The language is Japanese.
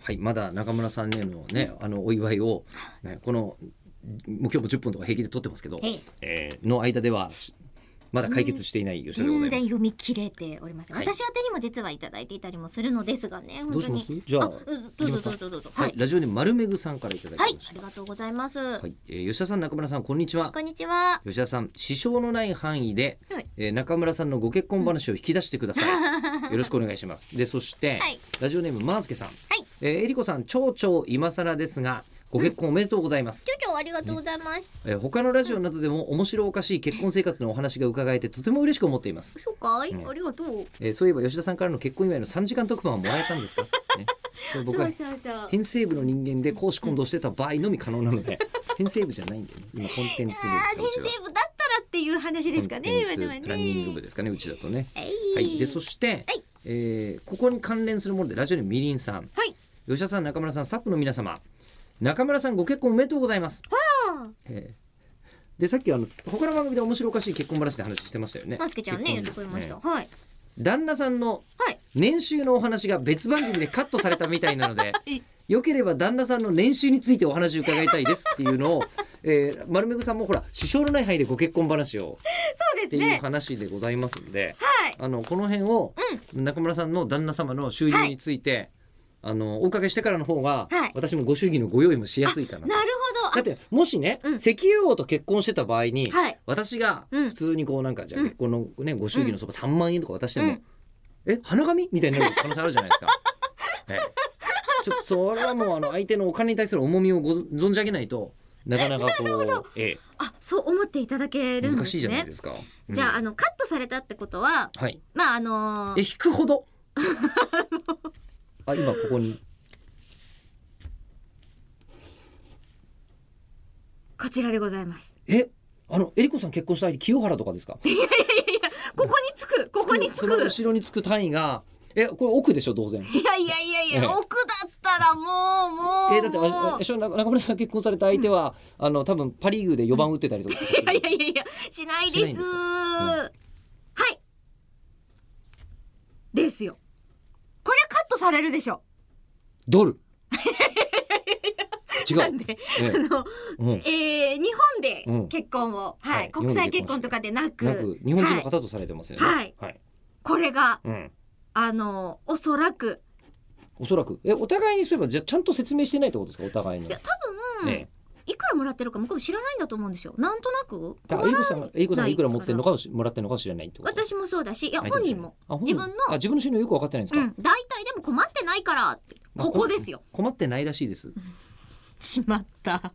はい、まだ中村さんへのね、あのお祝いを、ね、この。もう今日も10分とか平気で撮ってますけどええ、えーの間では。まだ解決していない吉田でございま全然す。読み切れておりません、はい私宛てにも実はいただいていたりもするのですがねどう本し当まにす。じゃあ、うんどうぞどうぞどうぞははいい、ラジオで丸めぐさんからいただきまはいした。ありがとうございます、はい、えー吉田さん、中村さん、こんにちはこ。んにちは吉田さん、支障のない範囲で、はいえー中村さんのご結婚話を引き出してください。 よろしくお願いします。で、そして、はいラジオネームマースケさん、はいえーえりこさん、蝶々今更ですが、ご結婚おめでとうございます。ちょちょありがとうございます、えー他のラジオなどでも面白おかしい結婚生活のお話が伺えてとても嬉しく思っています。そうかい、うんありがとうえーそういえば吉田さんからの結婚祝いの3時間特番はもらえたんです か、ね、これ僕はそうそうそう編成部の人間で講師混同してた場合のみ可能なの で編成部じゃないんだよね今コンテンツ部ですかあーうち先は生部だったらっていう話ですかねコンテン今ツのはねプランニング部ですかねうちだとね。は、はいい、でそして、はいえーここに関連するものでラジオネームみりんさんはい吉田さん中村さんスタッフの皆様中村さんご結婚おめでとうございます。あえーでさっきあの他の番組で面白おかしい結婚話で話してましたよね。ーマスケちゃんね喜結婚びました、ねはい旦那さんのはい年収のお話が別番組でカットされたみたいなの でえよければ旦那さんの年収についてお話伺いたいですっていうのを、えー、丸めぐさんもほら支障のない範囲でご結婚話をそうってですいうね話でございますんで、はいあのこの辺を中村さんの旦那様の収入について、あのお伺いしてからの方が、はい私もご祝儀のご用意もしやすいかなとなるほど だってもしね、うん石油王と結婚してた場合に、はい私がうん普通にこうなんかじゃあうん結婚のねご祝儀のそば3万円とか渡しても、うんえ花紙みたいになる可能性あるじゃないですか。 ええちょっとそれはもうあの相手のお金に対する重みをご存じ上げないとなかなか こう、えあそう思っていただけえるんですね難しいじゃないですか。うんじゃああのカットされたってことははいまああのえー引くほど あ今ここにこちらでございますえあのえりこさん結婚した相手清原とかですかここにつくここにつそのく後ろにつく単位がえこれ奥でしょ当然いやいやいやいええや奥だったらもうもうえーだってもああう一緒に中中村さんが結婚された相手は、あの多分パ・リーグで4番打ってたりとか、 いやいやいやいやしないしなでいんすですかはいですよこれはカットされるでしょド ル違なんう、でえあのうん、えー日本で結婚を、ははいい国際結婚とかでなくなく日本人のはい、方とされてますよねはいはいこれがうん、あのおそらくおそらくえお互いにそういえばじゃあちゃんと説明してないってことですかお互いにいや多分、ええいくらもらってるか向こうも知らないんだと思うんですよなんとなくだからえりこさんがえりこさんがいくら持ってるのかかもしもらってるのかもしれないってこと私もそうだしいや相手知ら本人ないもあ本自分のあ自分の収入よく分かってないんですうか、ん大体でも困ってないからってここですよ困ってないらしいです しまった